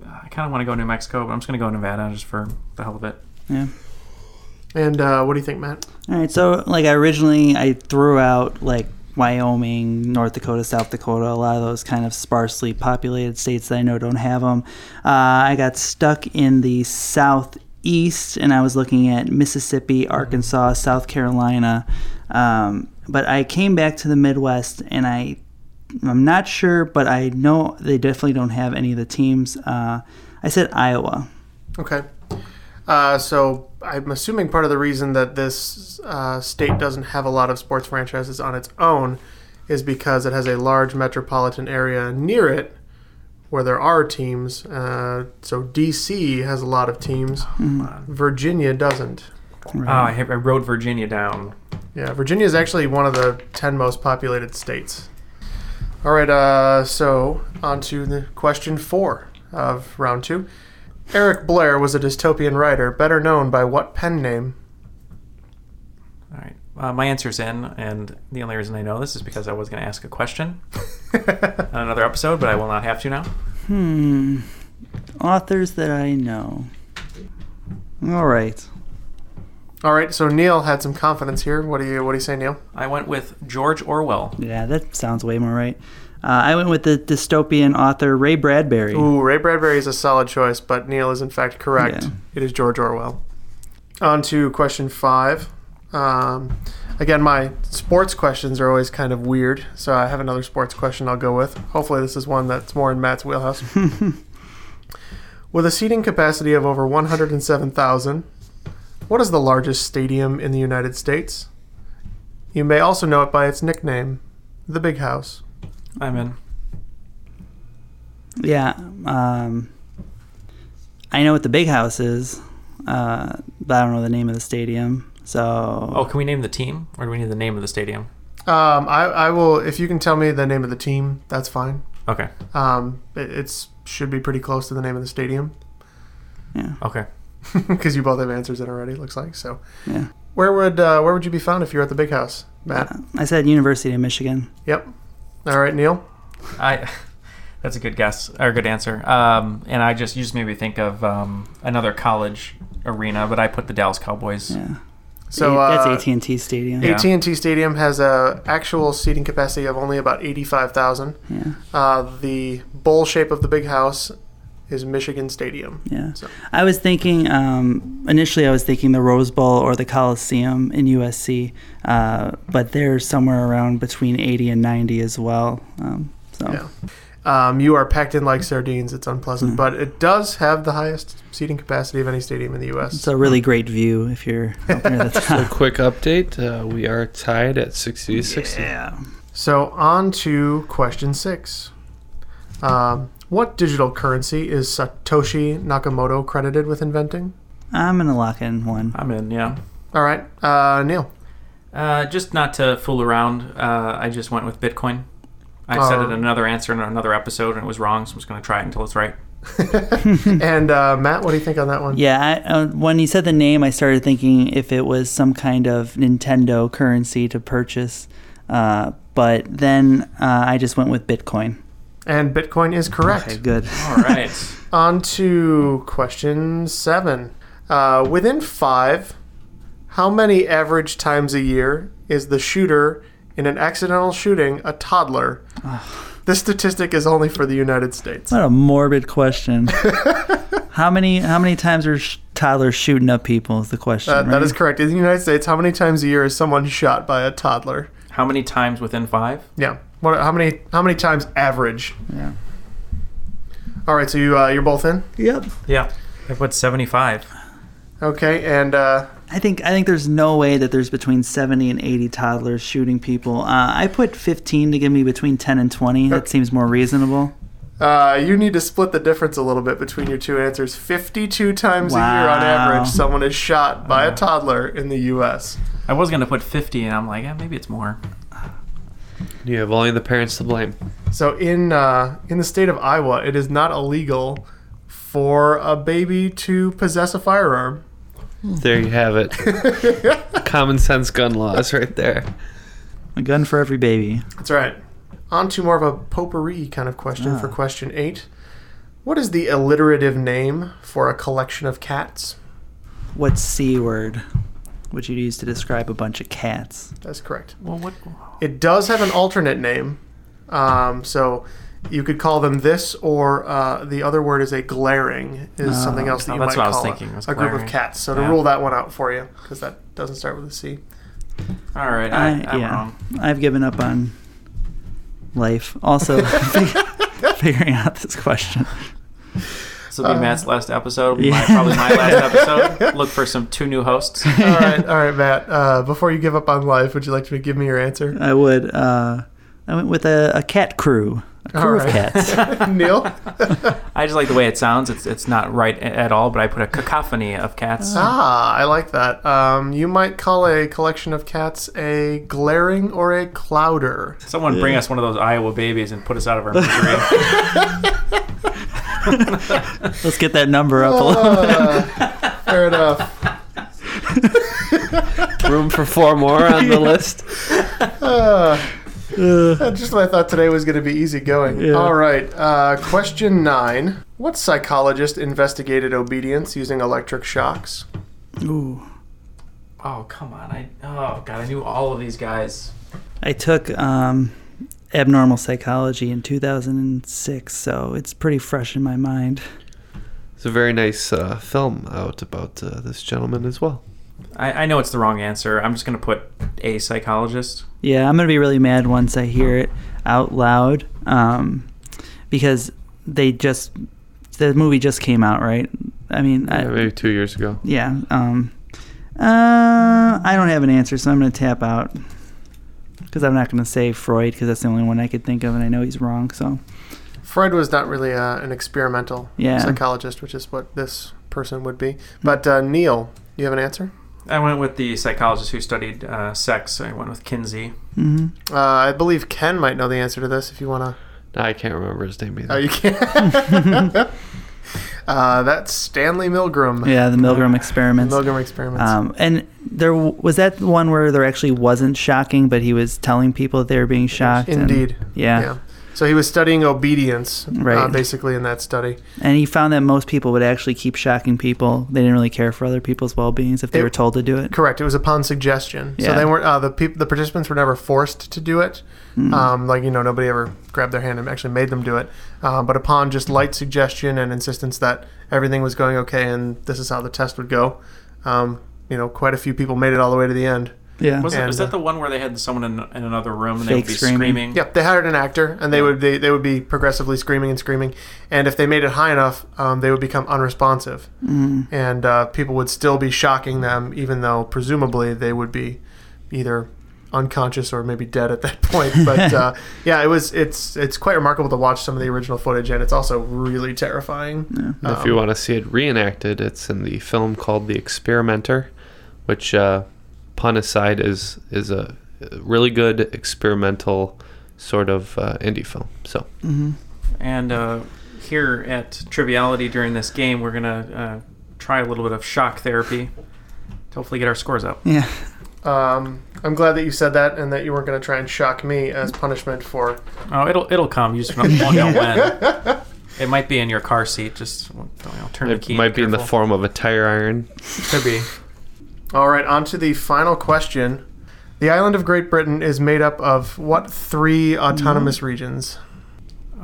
[SPEAKER 6] I kind of want to go New Mexico, but I'm just going to go Nevada just for the hell of it.
[SPEAKER 5] Yeah.
[SPEAKER 3] and uh, what do you think matt
[SPEAKER 5] All right, so like I originally I threw out like Wyoming, North Dakota, South Dakota, a lot of those kind of sparsely populated states that I know don't have them. Uh, I got stuck in the southeast, and I was looking at Mississippi, Arkansas, South Carolina, um, but I came back to the Midwest, and I I'm not sure, but I know they definitely don't have any of the teams. Uh, I said Iowa.
[SPEAKER 3] Okay. Uh, so I'm assuming part of the reason that this uh, state doesn't have a lot of sports franchises on its own is because it has a large metropolitan area near it where there are teams. Uh, so DC has a lot of teams. Virginia doesn't.
[SPEAKER 6] Oh, I, I rode Virginia down.
[SPEAKER 3] Yeah, Virginia is actually one of the 10 most populated states. All right, uh, so on to the question four of round two. Eric Blair was a dystopian writer, better known by what pen name?
[SPEAKER 6] All right. Uh, my answer's in, and the only reason I know this is because I was going to ask a question on another episode, but I will not have to now.
[SPEAKER 5] Hmm. Authors that I know. All right.
[SPEAKER 3] All right, so Neil had some confidence here. What do you What do you say, Neil?
[SPEAKER 6] I went with George Orwell.
[SPEAKER 5] Yeah, that sounds way more right. Uh, I went with the dystopian author Ray Bradbury.
[SPEAKER 3] Ooh, Ray Bradbury is a solid choice, but Neil is in fact correct.
[SPEAKER 5] Yeah.
[SPEAKER 3] It is George Orwell. On to question five. Um, again, my sports questions are always kind of weird, so I have another sports question I'll go with. Hopefully, this is one that's more in Matt's wheelhouse. with a seating capacity of over 107,000, what is the largest stadium in the United States? You may also know it by its nickname, the Big House.
[SPEAKER 6] I'm in.
[SPEAKER 5] Yeah. Um, I know what the big house is, uh, but I don't know the name of the stadium. So.
[SPEAKER 6] Oh, can we name the team, or do we need the name of the stadium?
[SPEAKER 3] Um, I, I will if you can tell me the name of the team, that's fine.
[SPEAKER 6] Okay.
[SPEAKER 3] Um, it, it's should be pretty close to the name of the stadium
[SPEAKER 6] Okay.
[SPEAKER 3] because you both have answers in already. Looks like so.
[SPEAKER 5] Yeah. Uh,
[SPEAKER 3] Where would uh, where would you be found if you're at the big house, Matt?
[SPEAKER 5] I said University of Michigan.
[SPEAKER 3] Yep. All right, Neil.
[SPEAKER 6] I. That's a good guess or a good answer. Um, and I just you just made me think of um, another college arena, but I put the Dallas Cowboys.
[SPEAKER 5] Yeah.
[SPEAKER 3] So
[SPEAKER 5] that's
[SPEAKER 3] uh,
[SPEAKER 5] AT&T Stadium.
[SPEAKER 3] AT&T Stadium has a actual seating capacity of only about 85,000.
[SPEAKER 5] Yeah.
[SPEAKER 3] Uh, the bowl shape of the big house is Michigan Stadium.
[SPEAKER 5] Yeah. I was thinking um, initially. I was thinking the Rose Bowl or the Coliseum in USC, uh, but they're somewhere around between eighty and ninety as well. Um, so.
[SPEAKER 3] Yeah. Um, you are packed in like sardines. It's unpleasant, but it does have the highest seating capacity of any stadium in the U.S.
[SPEAKER 5] It's a really great view if you're up near the
[SPEAKER 4] So,
[SPEAKER 5] top.
[SPEAKER 4] quick update: uh, we are tied at sixty to sixty.
[SPEAKER 5] Yeah.
[SPEAKER 3] So on to question six. Um, what digital currency is Satoshi Nakamoto credited with inventing?
[SPEAKER 5] I'm gonna lock in one.
[SPEAKER 6] I'm in. Yeah.
[SPEAKER 3] All right, uh, Neil.
[SPEAKER 6] Uh, just not to fool around, uh, I just went with Bitcoin. I said
[SPEAKER 3] Uh,
[SPEAKER 6] it in another answer in another episode and it was wrong, so I'm just going to try it until it's right.
[SPEAKER 3] and uh, Matt, what do you think on that one?
[SPEAKER 5] Yeah, I, uh, when he said the name, I started thinking if it was some kind of Nintendo currency to purchase, uh, but then uh, I just went with Bitcoin.
[SPEAKER 3] And Bitcoin is correct.
[SPEAKER 5] Okay, good.
[SPEAKER 6] All right.
[SPEAKER 3] on to question seven. Uh, within five, how many average times a year is the shooter in an accidental shooting a toddler? This statistic is only for the United States.
[SPEAKER 5] What a morbid question. how many how many times are sh- toddlers shooting up people? Is the question.
[SPEAKER 3] Uh, That
[SPEAKER 5] right?
[SPEAKER 3] is correct. In the United States, how many times a year is someone shot by a toddler?
[SPEAKER 6] How many times within five?
[SPEAKER 3] Yeah. What? How many? How many times average?
[SPEAKER 5] Yeah.
[SPEAKER 3] All right. So you uh, you're both in.
[SPEAKER 5] Yep.
[SPEAKER 6] Yeah. I put 75.
[SPEAKER 3] Okay. And uh,
[SPEAKER 5] I think I think there's no way that there's between 70 and 80 toddlers shooting people. Uh, I put 15 to give me between 10 and 20. That seems more reasonable.
[SPEAKER 3] Uh, you need to split the difference a little bit between your two answers. 52 times a year on
[SPEAKER 6] Wow.
[SPEAKER 3] average, someone is shot by a toddler in the U.S.
[SPEAKER 6] I was going to put 50, and I'm like, yeah, maybe it's more.
[SPEAKER 4] You have only the parents to blame.
[SPEAKER 3] So in uh, in the state of Iowa, it is not illegal for a baby to possess a firearm.
[SPEAKER 4] There you have it. Common sense gun laws right there.
[SPEAKER 5] A gun for every baby.
[SPEAKER 3] That's right. On to more of a potpourri kind of question
[SPEAKER 5] Ah.
[SPEAKER 3] for question eight. What is the alliterative name for a collection of cats?
[SPEAKER 5] What c word would you use to describe a bunch of cats?
[SPEAKER 3] That's correct.
[SPEAKER 6] Well, what?
[SPEAKER 3] It does have an alternate name, um, so you could call them this, or uh, the other word is a glaring, is
[SPEAKER 6] Oh.
[SPEAKER 3] something else that
[SPEAKER 6] Oh,
[SPEAKER 3] you
[SPEAKER 6] that's
[SPEAKER 3] might
[SPEAKER 6] what I was
[SPEAKER 3] call
[SPEAKER 6] thinking, was
[SPEAKER 3] a, a group of
[SPEAKER 6] glaring.
[SPEAKER 3] cats. So
[SPEAKER 6] Yeah.
[SPEAKER 3] to rule that one out for you, because that doesn't start with a C.
[SPEAKER 6] All right. I,
[SPEAKER 5] I,
[SPEAKER 6] am
[SPEAKER 5] yeah,
[SPEAKER 6] wrong.
[SPEAKER 5] I've given up on life. Also, figuring out this question.
[SPEAKER 6] This will be
[SPEAKER 5] Uh,
[SPEAKER 6] Matt's last episode.
[SPEAKER 5] yeah.
[SPEAKER 6] My, probably my last episode. Look for some two new hosts.
[SPEAKER 3] all right, all right, Matt. Uh, before you give up on life, would you like to give me your answer?
[SPEAKER 5] I would. Uh, I went with a, a cat crew, a
[SPEAKER 3] All
[SPEAKER 5] crew of
[SPEAKER 3] right.
[SPEAKER 5] cats.
[SPEAKER 3] Neil.
[SPEAKER 6] I just like the way it sounds. It's it's not right a- at all, but I put a cacophony of cats.
[SPEAKER 3] Ah, I like that. Um, you might call a collection of cats a glaring or a clouder.
[SPEAKER 6] Someone bring us one of those Iowa babies and put us out of our misery.
[SPEAKER 5] Let's get that number up a little.
[SPEAKER 3] Uh, fair enough.
[SPEAKER 4] Room for four more on the list.
[SPEAKER 3] Uh, just what I thought today was going to be easy going.
[SPEAKER 4] Yeah.
[SPEAKER 3] All right. Uh, question nine. What psychologist investigated obedience using electric shocks?
[SPEAKER 5] Ooh.
[SPEAKER 6] oh come on! I oh god! I knew all of these guys.
[SPEAKER 5] I took um, abnormal psychology in 2006, so it's pretty fresh in my mind.
[SPEAKER 4] There's a very nice uh, film out about uh, this gentleman as well.
[SPEAKER 6] I, I know it's the wrong answer. I'm just gonna put a psychologist.
[SPEAKER 5] Yeah, I'm gonna be really mad once I hear it out loud, um, because they just the movie just came out, right? I mean,
[SPEAKER 4] Yeah,
[SPEAKER 5] I,
[SPEAKER 4] maybe two years ago.
[SPEAKER 5] yeah. Um, uh, I don't have an answer, so I'm gonna tap out because I'm not gonna say Freud because that's the only one I could think of, and I know he's wrong. So
[SPEAKER 3] Freud was not really uh, an experimental
[SPEAKER 5] Yeah.
[SPEAKER 3] psychologist, which is what this person would be. But uh, Neil, do you have an answer?
[SPEAKER 6] I went with the psychologist who studied uh, sex. I went with Kinsey.
[SPEAKER 5] Mhm.
[SPEAKER 3] Uh, I believe Ken might know the answer to this if you want to.
[SPEAKER 4] I can't remember his name either.
[SPEAKER 3] Oh, you can't. uh, that's Stanley Milgram.
[SPEAKER 5] yeah, the Milgram experiments.
[SPEAKER 3] Milgram experiments.
[SPEAKER 5] Um, and there w- was that the one where there actually wasn't shocking, but he was telling people that they were being shocked. and-
[SPEAKER 3] Indeed.
[SPEAKER 5] yeah.
[SPEAKER 3] So he was studying obedience, uh,
[SPEAKER 5] Right.
[SPEAKER 3] basically, in that study.
[SPEAKER 5] And he found that most people would actually keep shocking people. They didn't really care for other people's well beings if they
[SPEAKER 3] It-
[SPEAKER 5] were told to do it.
[SPEAKER 3] Correct. It was upon suggestion. So
[SPEAKER 5] Yeah.
[SPEAKER 3] they weren't uh, the peop- the participants were never forced to do it.
[SPEAKER 5] Mhm.
[SPEAKER 3] Um, like you know, nobody ever grabbed their hand and actually made them do it. Uh, but upon just light suggestion and insistence that everything was going okay and this is how the test would go, um, you know, quite a few people made it all the way to the end.
[SPEAKER 5] Yeah.
[SPEAKER 6] Was, it,
[SPEAKER 3] And,
[SPEAKER 6] was that the one where they had someone in, in another room and they
[SPEAKER 5] Fake
[SPEAKER 6] would be
[SPEAKER 5] screaming.
[SPEAKER 6] screaming?
[SPEAKER 3] Yep, they hired an actor, and they would they, they would be progressively screaming and screaming, and if they made it high enough, um, they would become unresponsive,
[SPEAKER 5] Mm.
[SPEAKER 3] and uh, people would still be shocking them, even though presumably they would be either unconscious or maybe dead at that point. But uh, yeah, it was it's it's quite remarkable to watch some of the original footage, and it's also really terrifying.
[SPEAKER 4] And if
[SPEAKER 3] Um,
[SPEAKER 4] you want to see it reenacted, it's in the film called The Experimenter, which, uh, pun aside, is is a really good experimental sort of uh, indie film. So
[SPEAKER 6] And uh, here at Triviality during this game, we're gonna uh, try a little bit of shock therapy to hopefully get our scores up.
[SPEAKER 5] Yeah.
[SPEAKER 3] Um, I'm glad that you said that and that you weren't going to try and shock me as punishment for.
[SPEAKER 6] Oh, it'll it'll come. You just don't don't know when. It might be in your car seat. Just don't you know, turn the
[SPEAKER 4] it
[SPEAKER 6] key.
[SPEAKER 4] might be in the
[SPEAKER 6] careful.
[SPEAKER 4] form of a tire iron.
[SPEAKER 6] Could be.
[SPEAKER 3] All right, on to the final question. The island of Great Britain is made up of what three autonomous
[SPEAKER 4] Mm-hmm.
[SPEAKER 3] regions?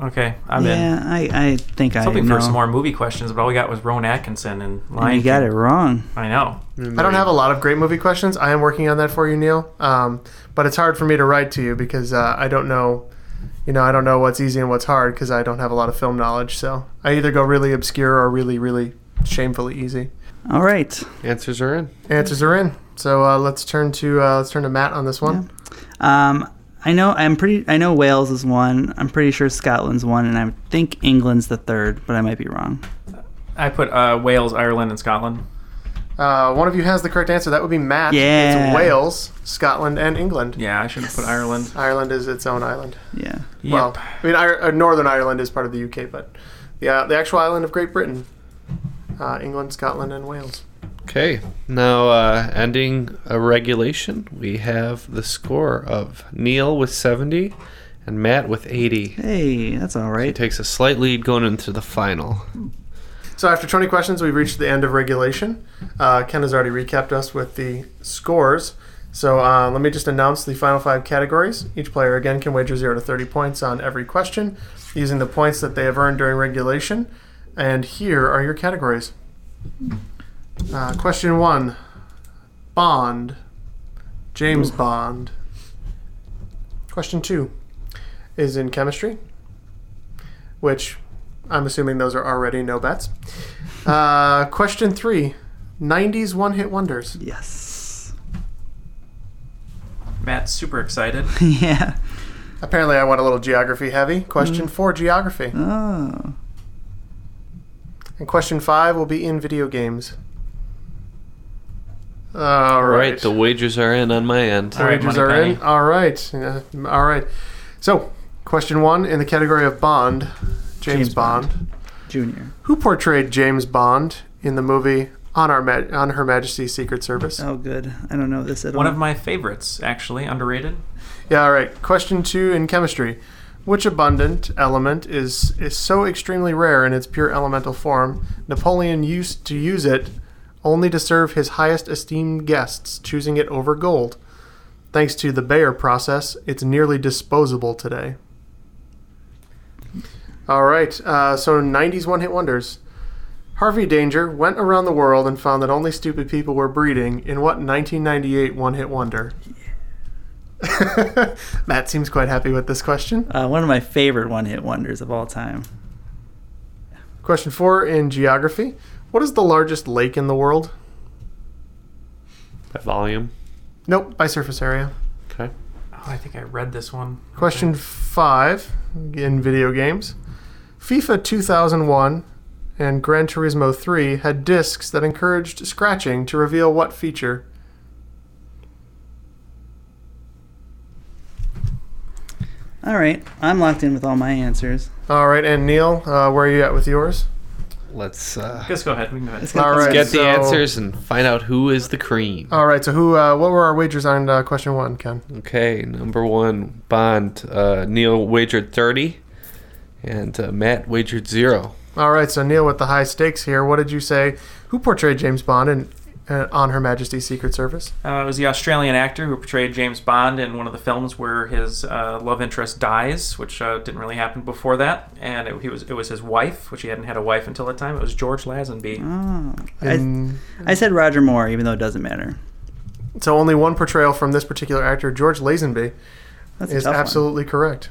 [SPEAKER 6] Okay, I'm in.
[SPEAKER 5] yeah, I, I think I
[SPEAKER 6] Something
[SPEAKER 5] know.
[SPEAKER 6] for some more movie questions, but all we got was Rowan Atkinson and
[SPEAKER 5] And
[SPEAKER 6] Lion
[SPEAKER 5] you got
[SPEAKER 6] King.
[SPEAKER 5] it wrong.
[SPEAKER 6] I know.
[SPEAKER 3] I don't have a lot of great movie questions. I am working on that for you, Neil. Um, but it's hard for me to write to you because uh, I don't know, you know, I don't know what's easy and what's hard because I don't have a lot of film knowledge. So I either go really obscure or really, really shamefully easy.
[SPEAKER 5] All right.
[SPEAKER 4] Answers are in.
[SPEAKER 3] Answers are in. So uh, let's turn to uh, let's turn to Matt on this one.
[SPEAKER 5] Um, I know I'm pretty. I know Wales is one. I'm pretty sure Scotland's one, and I think England's the third, but I might be wrong.
[SPEAKER 6] I put uh, Wales, Ireland, and Scotland.
[SPEAKER 3] Uh, one of you has the correct answer. That would be Matt.
[SPEAKER 5] Yeah.
[SPEAKER 3] It's Wales, Scotland, and England.
[SPEAKER 6] Yeah, I should have put Ireland.
[SPEAKER 3] Ireland is its own island.
[SPEAKER 5] Yeah.
[SPEAKER 3] Well, I mean, Ir- uh, Northern Ireland is part of the UK, but the uh, the actual island of Great Britain, uh, England, Scotland, and Wales.
[SPEAKER 4] Okay, now uh, ending a regulation, we have the score of Neil with 70 and Matt with 80.
[SPEAKER 5] Hey, that's all
[SPEAKER 4] right. He takes a slight lead going into the final.
[SPEAKER 3] So after 20 questions, we've reached the end of regulation. Uh, Ken has already recapped us with the scores. So uh, let me just announce the final five categories. Each player again can wager zero to 30 points on every question using the points that they have earned during regulation. And here are your categories. Uh, question one Bond. James Bond. Question two is in chemistry, which I'm assuming those are already no bets. Uh, question three 90s one hit wonders.
[SPEAKER 5] Yes.
[SPEAKER 6] Matt's super excited.
[SPEAKER 5] yeah.
[SPEAKER 3] Apparently, I went a little geography heavy. Question four geography.
[SPEAKER 5] Oh.
[SPEAKER 3] And question five will be in video games. All
[SPEAKER 4] All
[SPEAKER 3] right.
[SPEAKER 4] right, the wagers are in on my end.
[SPEAKER 3] All right, are in. All right. Yeah, all right. So, question one in the category of Bond, James, Bond,
[SPEAKER 5] Junior.
[SPEAKER 3] Who portrayed James Bond in the movie On Our Ma- On Her Majesty's Secret Service?
[SPEAKER 5] Oh, good. I don't know this at
[SPEAKER 6] One
[SPEAKER 5] all.
[SPEAKER 6] of my favorites, actually, underrated.
[SPEAKER 3] Yeah, all right. Question two in chemistry. Which abundant element is, is so extremely rare in its pure elemental form? Napoleon used to use it only to serve his highest esteemed guests, choosing it over gold. Thanks to the Bayer process, it's nearly disposable today. All right, uh, so 90s one hit wonders. Harvey Danger went around the world and found that only stupid people were breeding in what 1998 one hit wonder? Matt seems quite happy with this question.
[SPEAKER 5] Uh, one of my favorite one-hit wonders of all time.
[SPEAKER 3] Question four in geography What is the largest lake in the world?
[SPEAKER 4] By volume.
[SPEAKER 3] Nope, by surface area.
[SPEAKER 4] Okay.
[SPEAKER 6] Oh, I think I read this one.
[SPEAKER 3] Question five in video games FIFA 2001 and Gran Turismo 3 had discs that encouraged scratching to reveal what feature?
[SPEAKER 5] All right, I'm locked in with all my answers.
[SPEAKER 3] All right, and Neil, uh, where are you at with yours?
[SPEAKER 4] Let's uh,
[SPEAKER 6] Let's go ahead. We can go ahead.
[SPEAKER 3] All
[SPEAKER 4] let's
[SPEAKER 3] right,
[SPEAKER 4] get
[SPEAKER 3] so-
[SPEAKER 4] the answers and find out who is the cream.
[SPEAKER 3] All right, so who? Uh, what were our wagers on uh, question one, Ken?
[SPEAKER 4] Okay, number one, Bond. Uh, Neil wagered 30, and uh, Matt wagered zero.
[SPEAKER 3] All right, so Neil, with the high stakes here, what did you say? Who portrayed James Bond in, uh, on Her Majesty's Secret Service?
[SPEAKER 6] Uh, it was the Australian actor who portrayed James Bond in one of the films where his uh, love interest dies, which uh, didn't really happen before that. And it, he was it was his wife, which he hadn't had a wife until that time. It was George Lazenby.
[SPEAKER 5] Oh, I, I said Roger Moore, even though it doesn't matter.
[SPEAKER 3] So only one portrayal from this particular actor, George Lazenby,
[SPEAKER 5] That's a
[SPEAKER 3] is
[SPEAKER 5] tough one.
[SPEAKER 3] absolutely correct.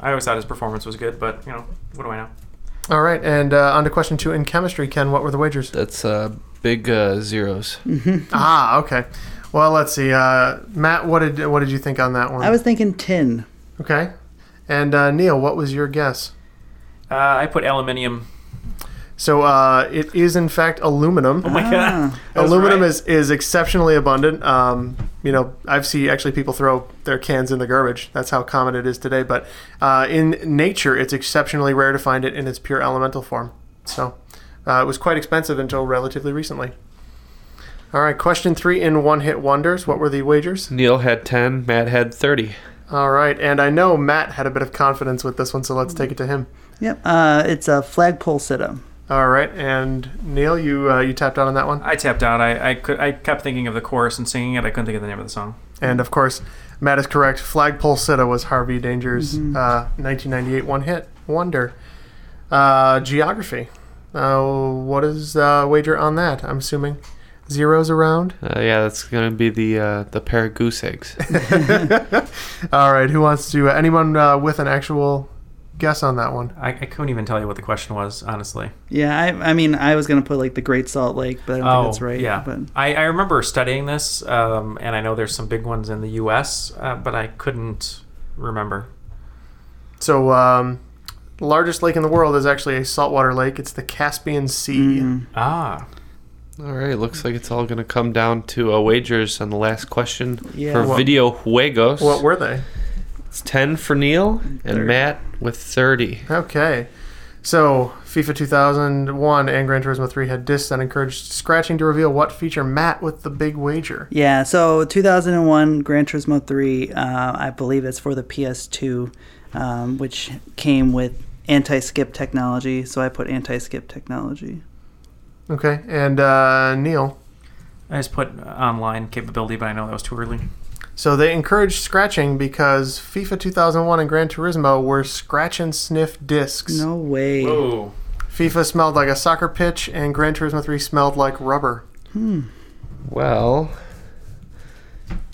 [SPEAKER 6] I always thought his performance was good, but you know, what do I know?
[SPEAKER 3] All right, and uh, on to question two in chemistry, Ken. What were the wagers?
[SPEAKER 4] That's uh, big uh, zeros.
[SPEAKER 3] ah, okay. Well, let's see. Uh, Matt, what did what did you think on that one?
[SPEAKER 5] I was thinking tin.
[SPEAKER 3] okay. And uh, Neil, what was your guess?
[SPEAKER 6] Uh, I put aluminium.
[SPEAKER 3] So uh, it is in fact aluminum. Oh
[SPEAKER 6] my God. Ah. That's
[SPEAKER 3] aluminum
[SPEAKER 6] right.
[SPEAKER 3] is is exceptionally abundant. Um, you know, I've seen actually people throw their cans in the garbage. That's how common it is today. But uh, in nature, it's exceptionally rare to find it in its pure elemental form. So uh, it was quite expensive until relatively recently. All right, question three in one hit wonders. What were the wagers?
[SPEAKER 4] Neil had 10, Matt had 30.
[SPEAKER 3] All right, and I know Matt had a bit of confidence with this one, so let's take it to him.
[SPEAKER 5] Yep. Uh, it's a flagpole sit-up.
[SPEAKER 3] All right, and Neil, you uh, you tapped out on that one,
[SPEAKER 6] I tapped out. I I, could, I kept thinking of the chorus and singing it. I couldn't think of the name of the song.
[SPEAKER 3] and of course, Matt is correct. Flagpole Sitta was Harvey Danger's
[SPEAKER 6] Mhm.
[SPEAKER 3] uh, 1998 one-hit wonder. Uh, geography. Uh, what is uh, wager on that? I'm assuming zeros around.
[SPEAKER 4] Uh, yeah, that's going to be the uh, the pair of goose eggs.
[SPEAKER 3] All right, who wants to? anyone uh, with an actual guess on that one?
[SPEAKER 6] I, I couldn't even tell you what the question was, honestly.
[SPEAKER 5] Yeah, I, I mean, I was gonna put like the Great Salt Lake, but I don't think that's right.
[SPEAKER 6] Oh, Yeah,
[SPEAKER 5] But
[SPEAKER 6] I, I remember studying this, um, and I know there's some big ones in the U.S., uh, but I couldn't remember.
[SPEAKER 3] So, um, largest lake in the world is actually a saltwater lake. It's the Caspian Sea.
[SPEAKER 6] Ah.
[SPEAKER 4] All right, looks like it's all going to come down to uh, wagers on the last question
[SPEAKER 3] Yeah.
[SPEAKER 4] for
[SPEAKER 3] What-
[SPEAKER 4] video juegos.
[SPEAKER 3] What were they?
[SPEAKER 4] It's 10 for Neil and Matt with 30.
[SPEAKER 3] Okay. So, FIFA 2001 and Gran Turismo 3 had discs that encouraged scratching to reveal what feature Matt with the big wager.
[SPEAKER 5] yeah, so 2001 Gran Turismo 3, uh, I believe it's for the PS2, um, which came with anti-skip technology. So I put anti-skip technology.
[SPEAKER 3] Okay, and uh, Neil.
[SPEAKER 6] I just put online capability, but I know that was too early.
[SPEAKER 3] So they encouraged scratching because FIFA 2001 and Gran Turismo were scratch and sniff discs.
[SPEAKER 5] No way.
[SPEAKER 6] Whoa.
[SPEAKER 3] FIFA smelled like a soccer pitch, and Gran Turismo 3 smelled like rubber.
[SPEAKER 5] Hmm.
[SPEAKER 4] Well,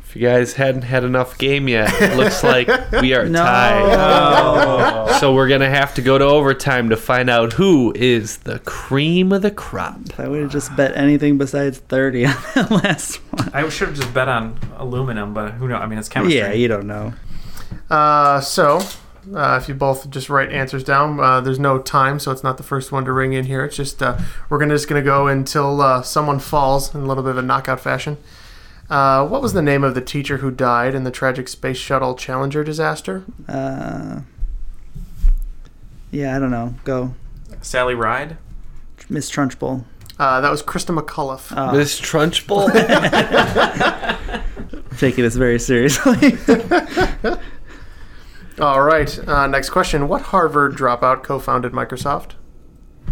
[SPEAKER 4] if you guys hadn't had enough game yet, it looks like we are
[SPEAKER 5] No.
[SPEAKER 4] tied. so we're going to have to go to overtime to find out who is the cream of the crop.
[SPEAKER 5] If I would have just bet anything besides 30 on that last one.
[SPEAKER 6] I should have just bet on aluminum, but who knows? I mean, it's chemistry.
[SPEAKER 5] Yeah, you don't know.
[SPEAKER 3] Uh, so, uh, if you both just write answers down, uh, there's no time, so it's not the first one to ring in here. It's just uh, we're gonna just gonna go until uh, someone falls in a little bit of a knockout fashion. Uh, what was the name of the teacher who died in the tragic space shuttle Challenger disaster?
[SPEAKER 5] Uh, yeah, I don't know. Go.
[SPEAKER 6] Sally Ride?
[SPEAKER 5] Miss Trunchbull.
[SPEAKER 3] Uh, that was Krista McAuliffe.
[SPEAKER 5] Oh. Miss
[SPEAKER 4] Trunchbull?
[SPEAKER 5] Taking this very seriously.
[SPEAKER 3] All right. Uh, next question. What Harvard dropout co-founded Microsoft?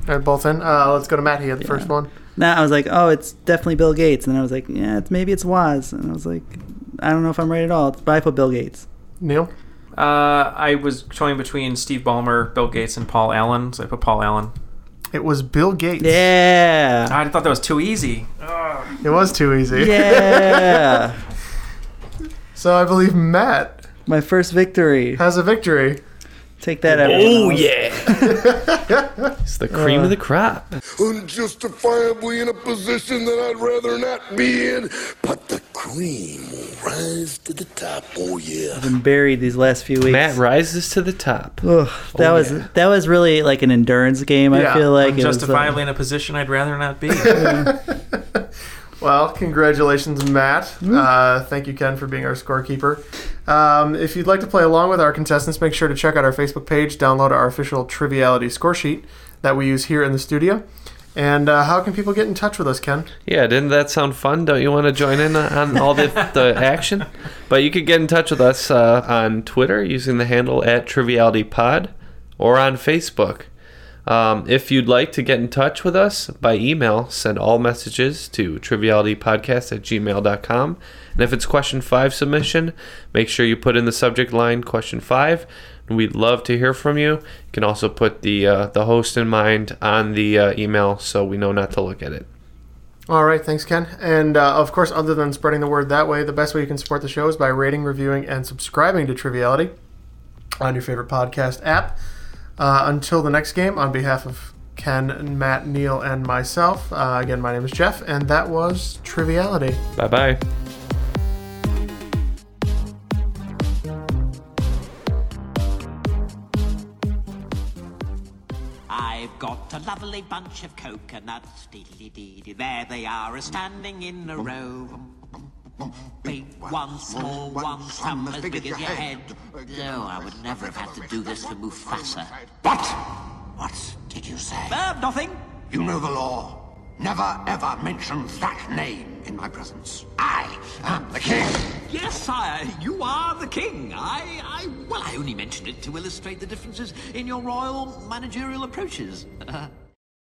[SPEAKER 3] All right, both in. Uh, let's go to Matt here, the first one.
[SPEAKER 5] now I was like, oh, it's definitely Bill Gates. And I was like, yeah, it's, maybe it's Woz. And I was like, I don't know if I'm right at all. But I put Bill Gates.
[SPEAKER 3] Neil?
[SPEAKER 6] Uh, I was toying between Steve Ballmer, Bill Gates, and Paul Allen, so I put Paul Allen.
[SPEAKER 3] It was Bill Gates.
[SPEAKER 5] Yeah.
[SPEAKER 6] I thought that was too easy.
[SPEAKER 3] It was too easy.
[SPEAKER 5] Yeah.
[SPEAKER 3] so I believe Matt
[SPEAKER 5] My first victory.
[SPEAKER 3] has a victory.
[SPEAKER 5] Take that,
[SPEAKER 4] Oh,
[SPEAKER 5] everyone. else.
[SPEAKER 4] yeah. it's the cream
[SPEAKER 3] Uh,
[SPEAKER 4] of the crop.
[SPEAKER 9] Unjustifiably in a position that I'd rather not be in, but the cream will rise to the top. Oh, yeah.
[SPEAKER 5] I've been buried these last few weeks.
[SPEAKER 4] Matt rises to the top.
[SPEAKER 5] Ugh, that
[SPEAKER 4] Oh,
[SPEAKER 5] was that was really like an endurance game. I feel like
[SPEAKER 6] I'm
[SPEAKER 5] It was, uh,
[SPEAKER 6] justifiably in a position I'd rather not be.
[SPEAKER 3] Well, congratulations, Matt. Uh, thank you, Ken, for being our scorekeeper. Um, if you'd like to play along with our contestants, make sure to check out our Facebook page, download our official Triviality score sheet that we use here in the studio. And uh, how can people get in touch with us, Ken?
[SPEAKER 4] Yeah, didn't that sound fun? Don't you want to join in on all the, the action? But you could get in touch with us uh, on Twitter using the handle at TrivialityPod or on Facebook. Um, if you'd like to get in touch with us by email, send all messages to trivialitypodcast at gmail.com. And if it's question five submission, make sure you put in the subject line question five. And we'd love to hear from you. You can also put the, uh, the host in mind on the uh, email so we know not to look at it.
[SPEAKER 3] All right, thanks, Ken. And uh, of course, other than spreading the word that way, the best way you can support the show is by rating, reviewing, and subscribing to Triviality on your favorite podcast app. Uh, until the next game, on behalf of Ken, Matt, Neil, and myself, uh, again, my name is Jeff, and that was Triviality.
[SPEAKER 4] Bye bye.
[SPEAKER 9] I've got a lovely bunch of coconuts. Dee-dee-dee-dee. There they are, standing in a row. Big one, small one, some as big as your head. No, I would never have had to do this to Mufasa.
[SPEAKER 12] What? What did you say?
[SPEAKER 9] nothing.
[SPEAKER 12] You know the law. Never ever mention that name in my presence. I am the king.
[SPEAKER 9] Yes, sire, you are the king. I, I, well, I only mentioned it to illustrate the differences in your royal managerial approaches.